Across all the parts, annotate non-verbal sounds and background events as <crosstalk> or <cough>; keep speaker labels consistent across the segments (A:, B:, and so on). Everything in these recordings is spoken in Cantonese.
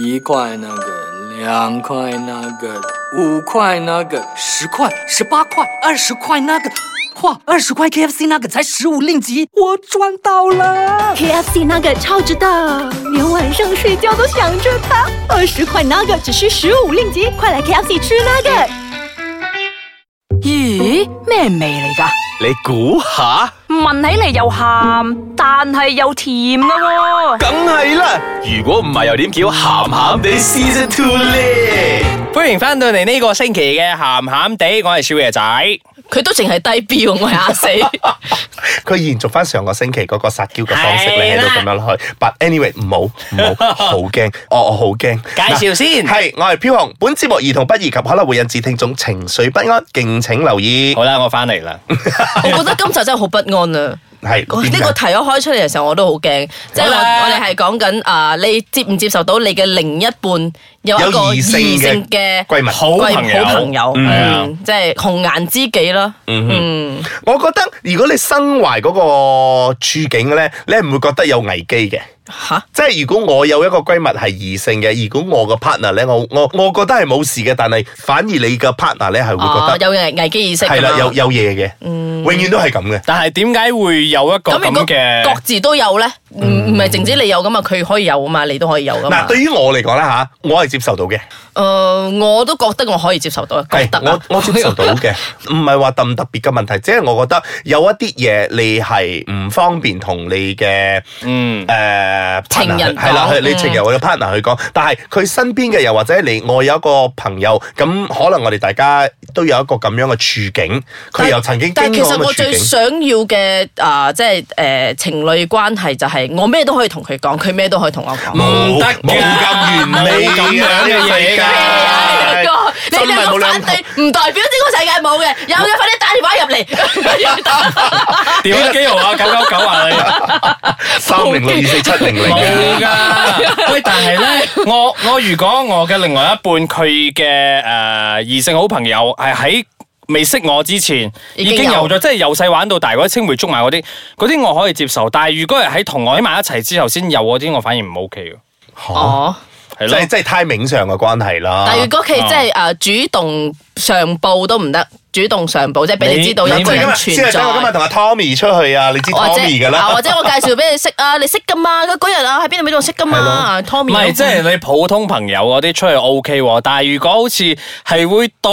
A: 一块那个，两块那个，五块那个，
B: 十块、十八块、二十块那个，哇，二十块 KFC 那个才十五令吉，我赚到了！
C: KFC 那个超值的，连晚上睡觉都想着它。二十块那个只需十五令吉，快来 KFC 吃那个。
D: 咦，咩味嚟噶？
E: 你估下，
D: 闻起嚟又咸，但系又甜噶喎、
E: 梗係啦！如果唔係又點叫鹹鹹地 Season Two 咧？
F: 欢迎翻到嚟呢個星期嘅鹹鹹地，我係少爺仔。
G: 佢都淨係低標，我係阿
E: <laughs>
G: 四。
E: 佢延續翻上個星期嗰個撒嬌嘅方式
F: 係
E: 咧，喺
F: 啦
E: 度咁樣落去。But anyway，唔好唔 <laughs> 好，好驚，我我好驚。介
F: 介紹先
E: 係我係飄紅。本節目兒童不宜及可能會引致聽眾情緒不安，敬請留意
F: 好。啦，我翻
G: <laughs>
F: 嚟啦。
G: 我覺得今集真係好不安啊！
E: 係
G: 呢個
E: 點解
G: 題我開出嚟嘅時候，我都好驚，即係我
F: 好啦
G: 我哋係講緊啊，你接唔接受到你嘅另一半有一個
E: 有異性嘅
G: 異性嘅
E: 閨蜜
F: 好朋友
G: 好朋友，
F: 嗯係啊
G: 嗯，即係紅顏知己啦。嗯，
E: 我覺得如果你身懷嗰個處境咧，你係唔會覺得有危機嘅。
G: 吓，
E: 即係如果我有一個閨蜜係異性嘅，如果我個 partner 咧，我我我覺得係冇事嘅，但係反而你嘅 partner 咧係
G: 哦
E: 會覺，得
G: 有危危機意識㗎嘛
E: 係啦，有有嘢嘅，
G: 嗯
E: 永遠都係咁嘅。
F: 但係點解會有一
G: 咁
F: 個
G: 如果
F: 咁嘅
G: 各？自都有咧，唔唔係淨止你有噶嘛，佢可以有啊嘛，你都可以有噶嘛
E: 嗱，。對於我嚟講啦吓，我係接受到嘅，
G: 誒，呃我都覺得我可以接受到，覺得
E: 係
G: 啊
E: 我我接受到嘅，唔係話特唔特別嘅問題，即係我覺得有一啲嘢你係唔方便同你嘅
G: <laughs>
F: 嗯，
E: 誒
G: 情人講
E: 呃係啦，係你
G: 嗯
E: 情人或者 partner 去講，但係佢身邊嘅又或者你我有一個朋友，咁可能我哋大家都有一個咁樣嘅處境，佢又曾經
G: <laughs> 但
E: 經
G: 係其
E: 過咁
G: 實我
E: 嘅
G: 最
E: 處境。
G: 想要嘅啊、即係誒、呃情侶關係就係我咩都可以同佢講，佢咩都可以同我講。
E: 冇
F: 唔得
E: 冇咁完美
F: 冇咁
E: 嘅
F: 樣嘅
G: <laughs> 你
E: 呢個世
F: 嘢㗎
E: 界
G: 哎你
E: 真係
G: 兩
E: 冇
G: 個
E: 兩
G: 反
E: 個
G: 對唔代表呢個世界冇嘅，有嘅快啲打電話入
E: <laughs>
G: 嚟。
F: 點解幾號啊？九九九啊你？
G: <laughs>
E: 三零六二四七零啊零
F: 冇
E: 嘅，
F: 噶，喂！但係咧，我我如果我嘅另外一半佢嘅诶異性好朋友係喺未識我之前
G: 已
F: 已
G: 經
F: 經
G: 有
F: 有咗，即係由細玩到大嗰啲青梅竹馬嗰啲，嗰啲我可以接受。但係如果係喺同我喺埋一齊之後先有嗰啲，我反而唔 OK 嘅，
G: 哦，
F: 係
E: 即
F: 咯
E: 係。即係 timing 上嘅關係啦。
G: 但係如果佢即係呃誒主動上報都唔得，主動上報即係俾你
F: 你
G: 知道有
F: 你
G: 個
E: 即係
G: 人
E: 今日，
G: 存
E: 啊先係
G: 在
E: 等。我今日同阿 Tommy 出去啊，你知
G: 或者
E: Tommy 㗎
G: 啊
E: 啦
G: 或。者我介紹俾你識啊，你識噶嘛？嗰嗰日啊，喺邊度邊度識噶嘛
F: 唔
G: ？Tommy
F: 係，即係你普通朋友嗰啲出去 O K 喎，但係如果好似係會到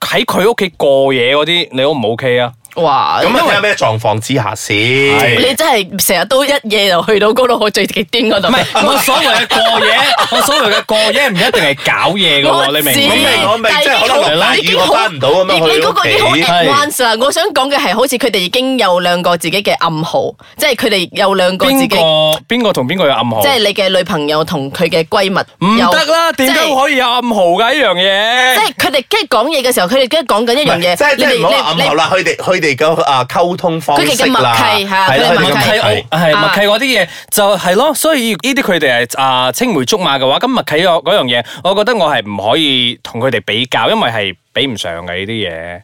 F: 喺佢屋企過夜嗰啲，你 O 唔 O K 啊？
G: 哇！
E: 咁啊，睇下咩狀況之下先。
G: 你真係成日都一夜就去到嗰度去最極端嗰度。<laughs>
F: 唔 <laughs> 係，我所謂嘅過 <laughs> 夜，我所謂嘅過夜唔一定係搞嘢嘅
G: 我
F: 喎，你明唔明啊？
E: 我明
G: 但
E: 即係
G: 已經
E: 可能
G: 好
E: 落大雨
G: 已經好
E: 我返唔到咁樣
G: 你
E: 去
G: 你嗰個已經好
E: 屋企
G: advance 啦。我想講嘅係，好似佢哋已經有兩個自己嘅暗號，即係佢哋有兩個自己，
F: 邊
G: 即
F: 個邊個同邊個有暗號？
G: 係你嘅女朋友同佢嘅閨蜜。
F: 唔得啦，點解
G: 即係
F: 可以有暗號㗎？呢樣
G: 即
F: 嘢
G: 係佢哋跟住講嘢嘅時候，佢哋跟住講緊一樣嘢。
E: 即係即
G: 你
E: 係
G: 哋
E: 唔好
G: 你
E: 話暗號啦，佢哋佢哋嘅啊溝通方式啦，
G: 佢哋嘅默契係啊佢
E: 係啦
G: 哋
E: 佢哋
G: 默契
E: 嘅默
F: 係
E: 契。
F: 係
G: 啊
F: 默契嗰啲嘢就係咯，所以呢啲佢哋係啊青梅竹馬嘅話，咁默契嗰嗰樣嘢，我覺得我係唔可以同佢哋比較，因為係比唔上嘅呢啲嘢。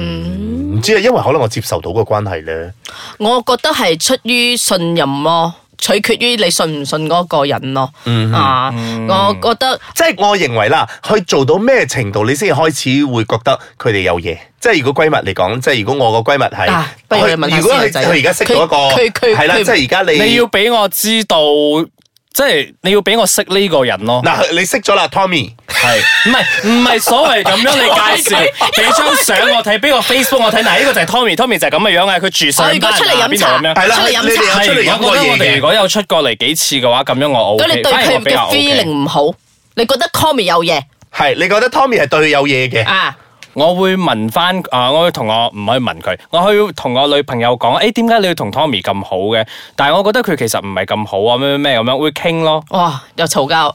E: 唔知啊，因為可能我接受到嘅關係咧，
G: 我覺得係出於信任咯，取決於你信唔信嗰個人咯。
E: 嗯
G: 啊，我覺得。
E: 即係我認為啦，去做到咩程度你先開始會覺得佢哋有嘢。即係如果閨蜜嚟講，即係如果我個�闺蜜係，
G: 啊不如你問下
E: 佢如果
G: 先啊
E: 佢
G: 仔
E: 佢而家識到一個，
G: 佢佢佢
E: 係啦，
G: 佢
E: 即係而家你
F: 你要俾我知道，即係你要俾我識呢個人咯。
E: 嗱，你識咗啦，Tommy，
F: 係唔係唔係所謂咁樣你介紹，
E: <laughs>
F: 俾張相我睇，俾個 Facebook 我睇。嗱，呢個就係 Tommy，Tommy 就係咁嘅樣嘅，佢住上
G: 哦我如果
F: 班
G: 出嚟
F: 啊
G: 飲
F: 邊
G: 茶
F: 度咁樣。
E: 係啦，
G: 出嚟
E: 你
G: 飲
E: 哋
G: 茶
E: 有
F: 係
E: 出嚟
F: 我
E: 飲過
F: 覺得我哋
E: 嘢
F: 如
E: 嘅。
F: 果有出過嚟幾次嘅話，咁樣我 O
G: 咁
F: K，
G: 你對
F: 反而我
G: 佢
F: 比較
G: 嘅 feeling
F: OK。
G: 唔好，你覺得 Tommy 有嘢
E: 係，你覺得 Tommy 係對佢有嘢嘅，
G: 啊？
F: 我會問翻啊，我會同我唔可以問佢，我去同我女朋友講，誒點解你要同 Tommy 咁好嘅？但係我覺得佢其實唔係咁好啊，咩咩咩咁樣會傾咯。
G: 哇，又嘈
F: <laughs>
G: 交。
F: 唔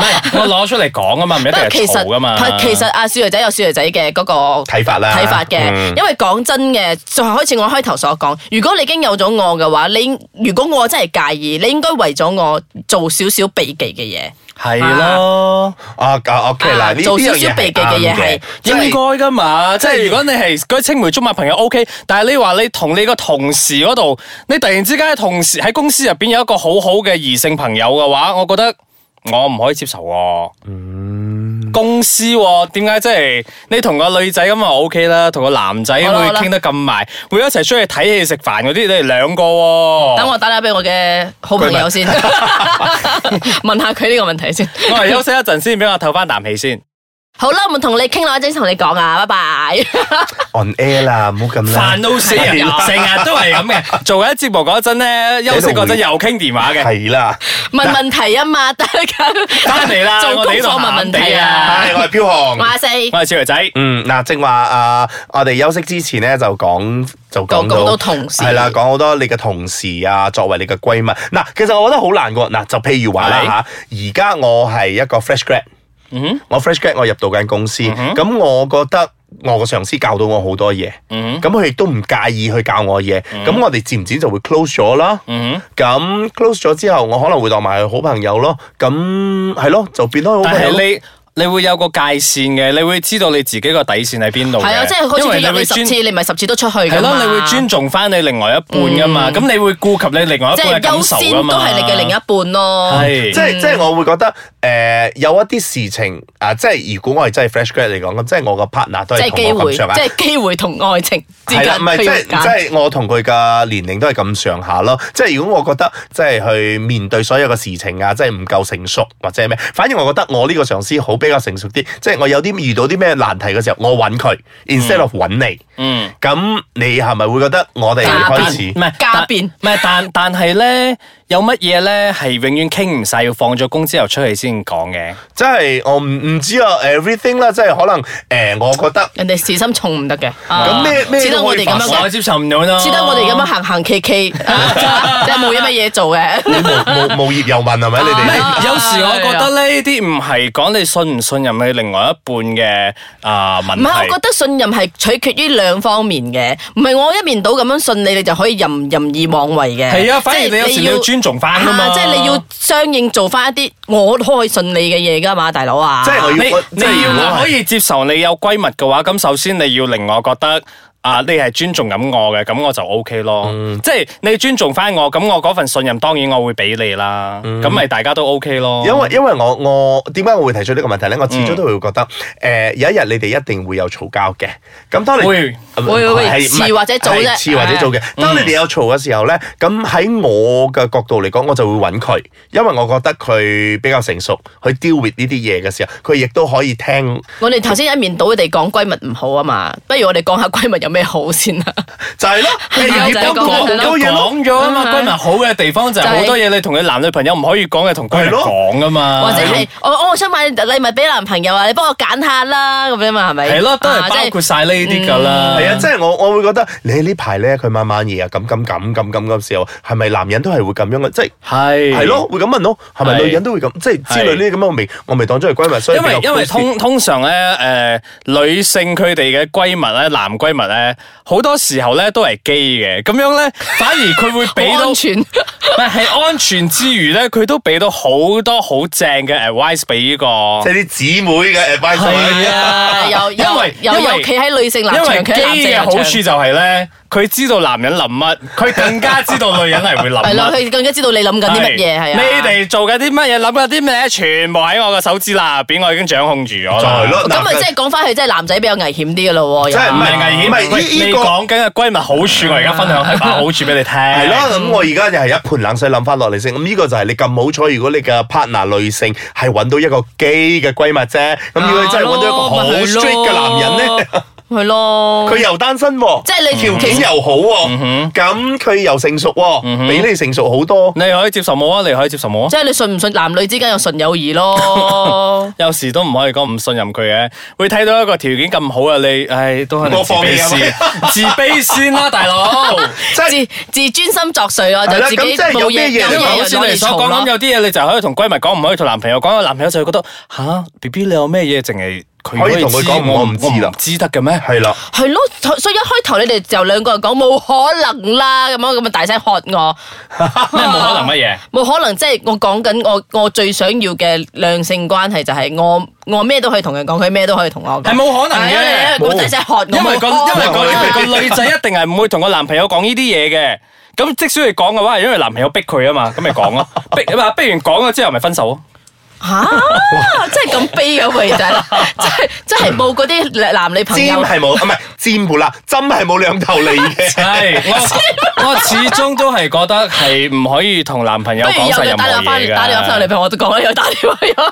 F: 係我攞出嚟講啊嘛，唔一定
G: 不過
F: 係
G: 其
F: 嘈噶嘛。
G: 實其實阿少爺仔有少爺仔嘅嗰個
E: 睇法啦
G: 睇法嘅
E: 嗯，
G: 因為講真嘅，就係好似我開頭所講，如果你已經有咗我嘅話，你如果我真係介意，你應該為咗我做少少避忌嘅嘢，
F: 係咯。
E: 啊啊 OK 啦，
G: 啊
E: 呢
G: 做
E: 呢樣
G: 少少
E: 嘢
G: 避忌嘅嘢
E: 啱嘅
G: 係
E: 即
F: 應
E: 係
F: 該噶嘛，即係如果你係嗰啲青梅竹馬朋友 O、k 但係你話你同你個同事嗰度，你突然之間喺同事喺公司入邊有一個好好嘅異性朋友嘅話，我覺得我唔可以接受喎。公司喎點解即係你同個女仔咁啊 O K 啦，同個男仔
G: 好啦好
F: 會
G: 啦
F: 傾得咁埋，會一齊出去睇戲食飯嗰啲，你哋兩個喎。
G: 等我打電話俾我嘅好朋友先， <laughs> 問下佢呢個問題先。
F: 我嚟休息一陣先，俾我唞翻啖氣先。
G: 好啦，唔同你傾啦，一陣同你講啊，拜拜。
E: on air 啦，唔好咁啦
F: 煩。到死人，
E: 啊
F: 成日都係咁嘅。做緊節目嗰陣咧，休息嗰陣又傾電話嘅。
E: 係啦，
G: 問問題啊嘛， <laughs> 大家
F: 翻嚟
G: <laughs>
F: 啦，
G: 做
F: 我
G: 功
F: 哋呢
G: 課
F: 度
G: 問問
F: 閒
G: 題
F: 地
G: 啊。
E: 係我係飄紅
G: 我。阿四，
F: 我係小啊肥仔。
E: 嗯，嗱，正話啊，我哋休息之前咧就講就講
G: 講講到同事
E: 係啦，講好多你嘅同事啊，作為你嘅閨蜜。嗱，其實我覺得好難㗎。嗱，就譬如話啦
F: 係
E: 吓，而家我係一個 fresh grad，我 fresh grad 我入到間公司，咁我覺得。我個上司教到我好多嘢，咁佢亦都唔介意去教我嘢，咁我哋漸漸就會 close 咗啦。咁 close 咗之後，我可能會當埋佢好朋友咯。咁係咯，就變咗好
F: 但
E: 朋友咯。
F: 係你你會有個界線嘅，你會知道你自己個底線喺邊度嘅。
G: 係啊，即係好似
F: 因為
G: 佢
F: 你
G: 約
F: 會
G: 你十
F: 尊
G: 次，你咪十次都出去㗎嘛。
F: 係咯，你會尊重翻你另外一半噶嘛？咁你會顧及你另外一
G: 即
F: 半
G: 係
F: 嘅感
G: 優
F: 受
G: 先
F: 噶嘛？
G: 都係你嘅另一半咯。
F: 係
E: 即係
G: 嗯
E: 即係我會覺得誒、呃有一啲事情啊，即係如果我係真係 fresh grad 嚟講，咁即係我個 partner 都
G: 即係機
E: 係同我
G: 會，
E: 咁
G: 即
E: 上下。
G: 係機會同愛情之
E: 係啦，
G: 間
E: 唔係
G: 佢
E: 即
G: 要
E: 係即
G: 揀。
E: 係我同佢嘅年齡都係咁上下咯。即係如果我覺得即係去面對所有嘅事情啊，即係唔夠成熟或者係咩，反而我覺得我呢個上司好比較成熟啲。即係我有啲遇到啲咩難題嘅時候，我揾佢 instead of 揾你。
F: 嗯。
E: 咁你係咪會覺得我哋
G: 嘉賓
E: 開
F: 唔
E: 始？
F: 係
G: 家
F: 但
G: 變
F: 唔係但但係咧，有乜嘢咧係永遠傾唔晒，要放咗工之後出去先講嘅。
E: 即係我唔唔知啊，everything 啦，即係可能誒、呃我覺得。
G: 人哋事心重唔得嘅，
E: 咁咩咩
G: 似得
E: 都
G: 啊我
E: 可以
G: 哋咁樣
E: 發
G: 嘅
F: 我。接受唔到咯。
G: 似得我哋咁樣行行企企，啊即係冇乜嘢做嘅。
E: 你無無無業遊民係咪？你
F: 唔係
E: 哋
G: 啊
F: 有時我覺得咧，呢啲唔係講你信唔信任你另外一半嘅啊問
G: 唔係，我覺
F: 題。
G: 得信任係取決於兩方面嘅，唔係我一面倒咁樣信你，你就可以任任意妄為嘅。
F: 係啊反而
G: 即係
F: 你有時你要尊重返㗎嘛
G: 啊即係你要相應做翻一啲我都可以信你嘅嘢㗎嘛，大佬啊。
E: 即係我
F: 你
E: 要我即係
F: 你要
E: 如果
F: 我
E: 係
F: 可以接受你有閨蜜嘅話，咁首先你要令我覺得。啊！你係尊重緊我嘅，咁我就 O K 咯。
E: 嗯
F: 即係你尊重翻我，咁我嗰份信任當然我會俾你啦。
E: 嗯
F: 咁咪、大家都 O、k 咯。
E: 因為因為我我點解我會提出呢個問題咧？我始
F: 嗯
E: 終都會覺得誒、呃有一日你哋一定會有嘈交嘅。咁當你
F: 會
E: 呃
G: 會會會
E: 係唔係
G: 遲或者早啫啊嗯
E: 係遲或者早嘅。當你哋有嘈嘅時候咧，咁喺我嘅角度嚟講，我就會揾佢，因為我覺得佢比較成熟，去 deal with 呢啲嘢嘅時候，佢亦都可以聽。
G: 我哋頭先一面倒地講閨蜜唔好啊嘛，不如我哋講下閨蜜有咩好先
F: <laughs>
G: 啦。
E: 就係咯，你
G: 係啊
E: 要
G: 就係講
E: 講講
G: 係
E: 講
G: 咯
E: 嘢咯。嗯
F: 講咗啊嘛，閨蜜好嘅地方就係
G: 就係
F: 好多嘢你同你男女朋友唔可以講嘅，同閨蜜
E: 係咯
F: 講噶嘛。
G: 或者係我我想買禮物俾男朋友啊，你幫我揀下啦咁樣嘛，係嗯咪？
F: 係咯，都係
G: 啊即
F: 包括晒呢啲㗎啦。
E: 係啊，即係我我會覺得你呢排咧，佢晚晚夜啊咁咁咁咁咁嘅時候，係咪男人都係會咁樣嘅？即係
F: 係
E: 係咯，會咁問咯，係咪
F: 係
E: 女人都會咁？即係之類呢啲咁嘅，我未我未當咗係閨蜜，所以
F: 因為
E: 比較
F: 因為
E: close
F: 通通常咧，誒、女性佢哋嘅閨蜜咧，男閨蜜咧，好多時候咧都係基嘅，咁樣
G: <laughs>
F: 咧，反而佢會俾
G: 好
F: 到，
G: 安
F: 唔
G: 全，
F: 係係安全之餘咧，佢都俾到好多好正嘅 advice 俾呢、個，
E: 啲即係啲姊妹嘅 advice
F: 係
E: 啊
G: 啊又
F: 因
G: 又
F: 為
G: 又
F: 因為
G: 又企喺女性立
F: 因
G: 場，
F: 為
G: 企喺男
F: 基
G: 性立
F: 嘅
G: 場
F: 好處就係咧，佢知道男人諗乜，佢更加知道女人係會諗
G: 係
E: 啊
G: 咯，
F: 乜。
G: 佢更加知道你諗緊啲乜嘢係啊。
F: 你哋做緊啲乜嘢，諗緊啲咩，全部喺我嘅手指罅入邊，我已經掌控住咗
E: 就
F: 啦
E: 係。咯，
G: 咁咪
E: 嗱
G: 即係講翻去，即係男仔比較危險啲嘅咯喎。
E: 即係
F: 唔
E: 唔
F: 係危
E: 唔
F: 險，
E: 係呢
F: 喂
E: 呢
F: 你
E: 個
F: 講緊嘅閨蜜好處，我而家分享係把好處俾你聽。
E: 係
F: 係
E: 咯，咁我而家就係一盆冷水諗翻落嚟先。咁呢個就係你咁好彩，如果你嘅 partner 女性係揾到一個基嘅閨蜜啫。咁如果你真係揾到一個好
G: 咪係咯
E: straight 嘅男人咧，
G: <laughs> 係咯
E: 佢，又單身喎，嗯
G: 即係你
E: 條件又好喎，咁佢又成熟喎，比你成熟好多。
F: 你可以接受冇啊？你可以接受冇啊？？
G: 即係你信唔信男女之間有純友誼咯
E: <laughs>
F: 有時都唔可以講唔信任佢嘅，會睇到一個條件咁好啊，你唉都可能
E: 我
F: 自
E: 放
F: 卑
E: 棄啊
F: 先，自卑先啦，大佬。
E: 即係
G: 自自尊心作祟咯，
E: 係
G: 就
E: 啦
G: 自己
E: 咁即係
G: 冇
E: 有咩
G: 嘢
E: 嘢
G: 有
F: 因為
E: 你
F: 好
G: 嘢
F: 似
G: 就攞
F: 你
G: 嚟
F: 所
G: 嘈
F: 講
G: 咯。
F: 咁，有啲嘢你就可以同閨蜜講，唔可以同男朋友講。個男朋友就會覺得吓 B B 你有咩嘢淨係佢
E: 可以同佢
F: 知
E: 講我唔知啦
F: 我唔知得嘅咩？
E: 係啦，
G: 係咯，所以一開頭你哋就兩個人講冇可能啦，咁樣咁啊大聲喝我。
F: 咩冇可能乜嘢？
G: <laughs> 冇可能，即係我講緊我我最想要嘅兩性關係就係我我咩都可以同人講，佢咩都可以同我講，
F: 係冇可能嘅
G: 係啊你你
E: 冇
G: 咁大隻喝我，
F: 因為個
G: 冇可
F: 因為
G: 能
F: 個
E: 我
F: 因為
G: <laughs>
E: 覺得
F: 個女仔一定係唔會同個男朋友講呢啲嘢嘅。咁即使佢講嘅話，係因為男朋友逼佢啊嘛，咁咪講咯。逼啊嘛，逼完講咗之後咪分手咯。
G: 吓，真係咁悲啊嘅佢
F: <laughs>
G: 仔，真係真係冇嗰啲男女朋
E: 尖
G: 友。
E: 係冇，啊唔係尖冇啦，針係冇兩頭利 <laughs> 嘅。
F: 系我我始終都係覺得係唔可以同男朋友
G: 不如
F: 講
G: 有
F: 晒
G: 佢
F: 任何
G: 打電話翻
F: 嘢
G: 嚟，打電話翻嚟
F: 㗎。啊
G: 俾我都講啦，有打電話有。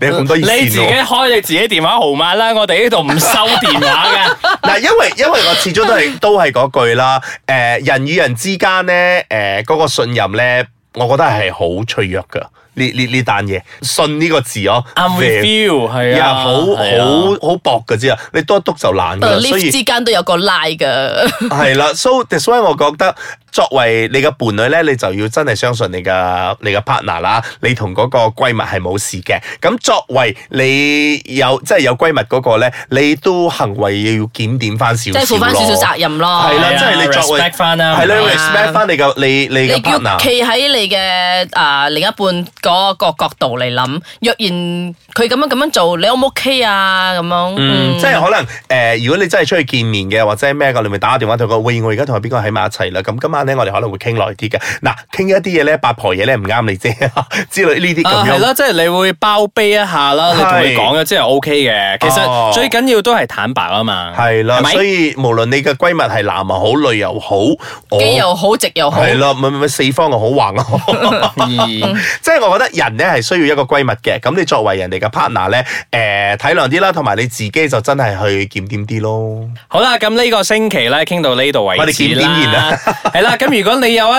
E: 你有咁多熱
F: 你自己
E: 線喎。
F: 開你自己電話號碼啦，我哋呢度唔收電話嘅。
E: 嗱，因為因為我始終都係 <laughs> 都係嗰句啦，誒、人與人之間咧，誒、嗰、個信任咧，我覺得係好脆弱噶。呢呢呢單嘢，信呢個字哦
F: I'm with
E: very-
F: you，係
E: 呀
F: 啊，
E: 好
F: 係啊
E: 好好薄嘅啫，啊你多篤就爛噶啦，所
G: lift
E: 以
G: 之間都有個拉噶，
E: 係啦，so that's why 我覺得作為你嘅伴侶咧，你就要真係相信你嘅你嘅 partner 啦，你同嗰個閨蜜係冇事嘅。咁作為你有即係有閨蜜嗰個咧，你都行為要檢點翻少
G: 即
E: 少
G: 係負翻少少
E: 咯
G: 責任咯。
E: 係啦，
F: 係啊
E: 即係你作為
F: respect 返啦
E: 係啦
F: 係
G: 咪啊
E: ，respect 翻你嘅你
G: 你
E: 你
G: 要
E: 嘅 partner。
G: 企喺你嘅啊、另一半嗰個角度嚟諗，若然佢咁樣咁樣做，你 O 唔 OK 啊？咁樣，
E: 嗯，即係可能誒、呃如果你真係出去見面嘅，或者咩嘅，你咪打個電話同佢，喂，我而家同邊個喺埋一齊啦。咁今晚咧，我哋可能會傾耐啲嘅。嗱，傾一啲嘢咧，八婆嘢咧唔啱你啫， <laughs> 之類呢啲
F: 啊，
E: 咁
F: 係
E: 樣。
F: 啦，即係你會包庇一下啦，你同
E: 係
F: 佢講咗之後 O K 嘅。其
E: 哦
F: 實最緊要都係坦白啊嘛，
E: 係啦，
F: 係咪
E: 所以無論你嘅閨蜜係男又好，女又好，我
G: 機又好，直又好。嗯
E: 係啦，咪咪咪四方又好橫
G: <laughs>
E: 又好。 <laughs> 即係我覺得人咧係需要一個閨蜜嘅，咁你作為人哋嘅 partner 咧，誒體諒啲啦，同埋你自己就真係去檢點啲咯。
G: <laughs>
F: 好啦，咁呢個星期咧傾到呢度為
E: 我哋
F: 止
E: 見邊言
F: 啦
E: 啦。
F: <laughs> 係啦，咁如果你有一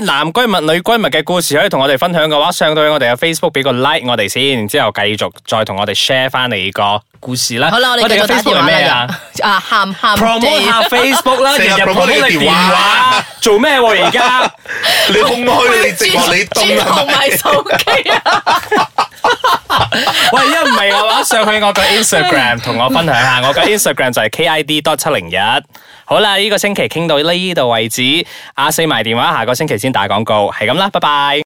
F: 啲男閨蜜、女閨蜜嘅故事可以同我哋分享嘅話，上到去我哋嘅 Facebook 俾個 like 我哋先，然之後繼續再同我哋 share 翻你個故事啦。
G: 好啦，我哋繼
F: 嘅
G: 續打
F: Facebook
G: 電
F: 係
G: 話
F: 咩
G: 啦
F: 啊？
G: 又。啊，喊喊
F: promote 下 Facebook 啦，日
E: 成日
F: 日
E: promote 你
F: promote 你
E: 電
F: 電
E: 話
F: 話，做咩喎而家？
E: 你空虛，你寂寞，你
G: 專 <laughs> 專
E: 凍啊
G: 項！賣手機啊！
F: 喂，一唔係嘅話，上去我個 Instagram 同我分享下，我個 Instagram 就係 KID dot 七零一。好啦，啊呢、個星期傾到呢度為止，阿四埋電話，下個星期先打廣告，係咁啦，拜拜。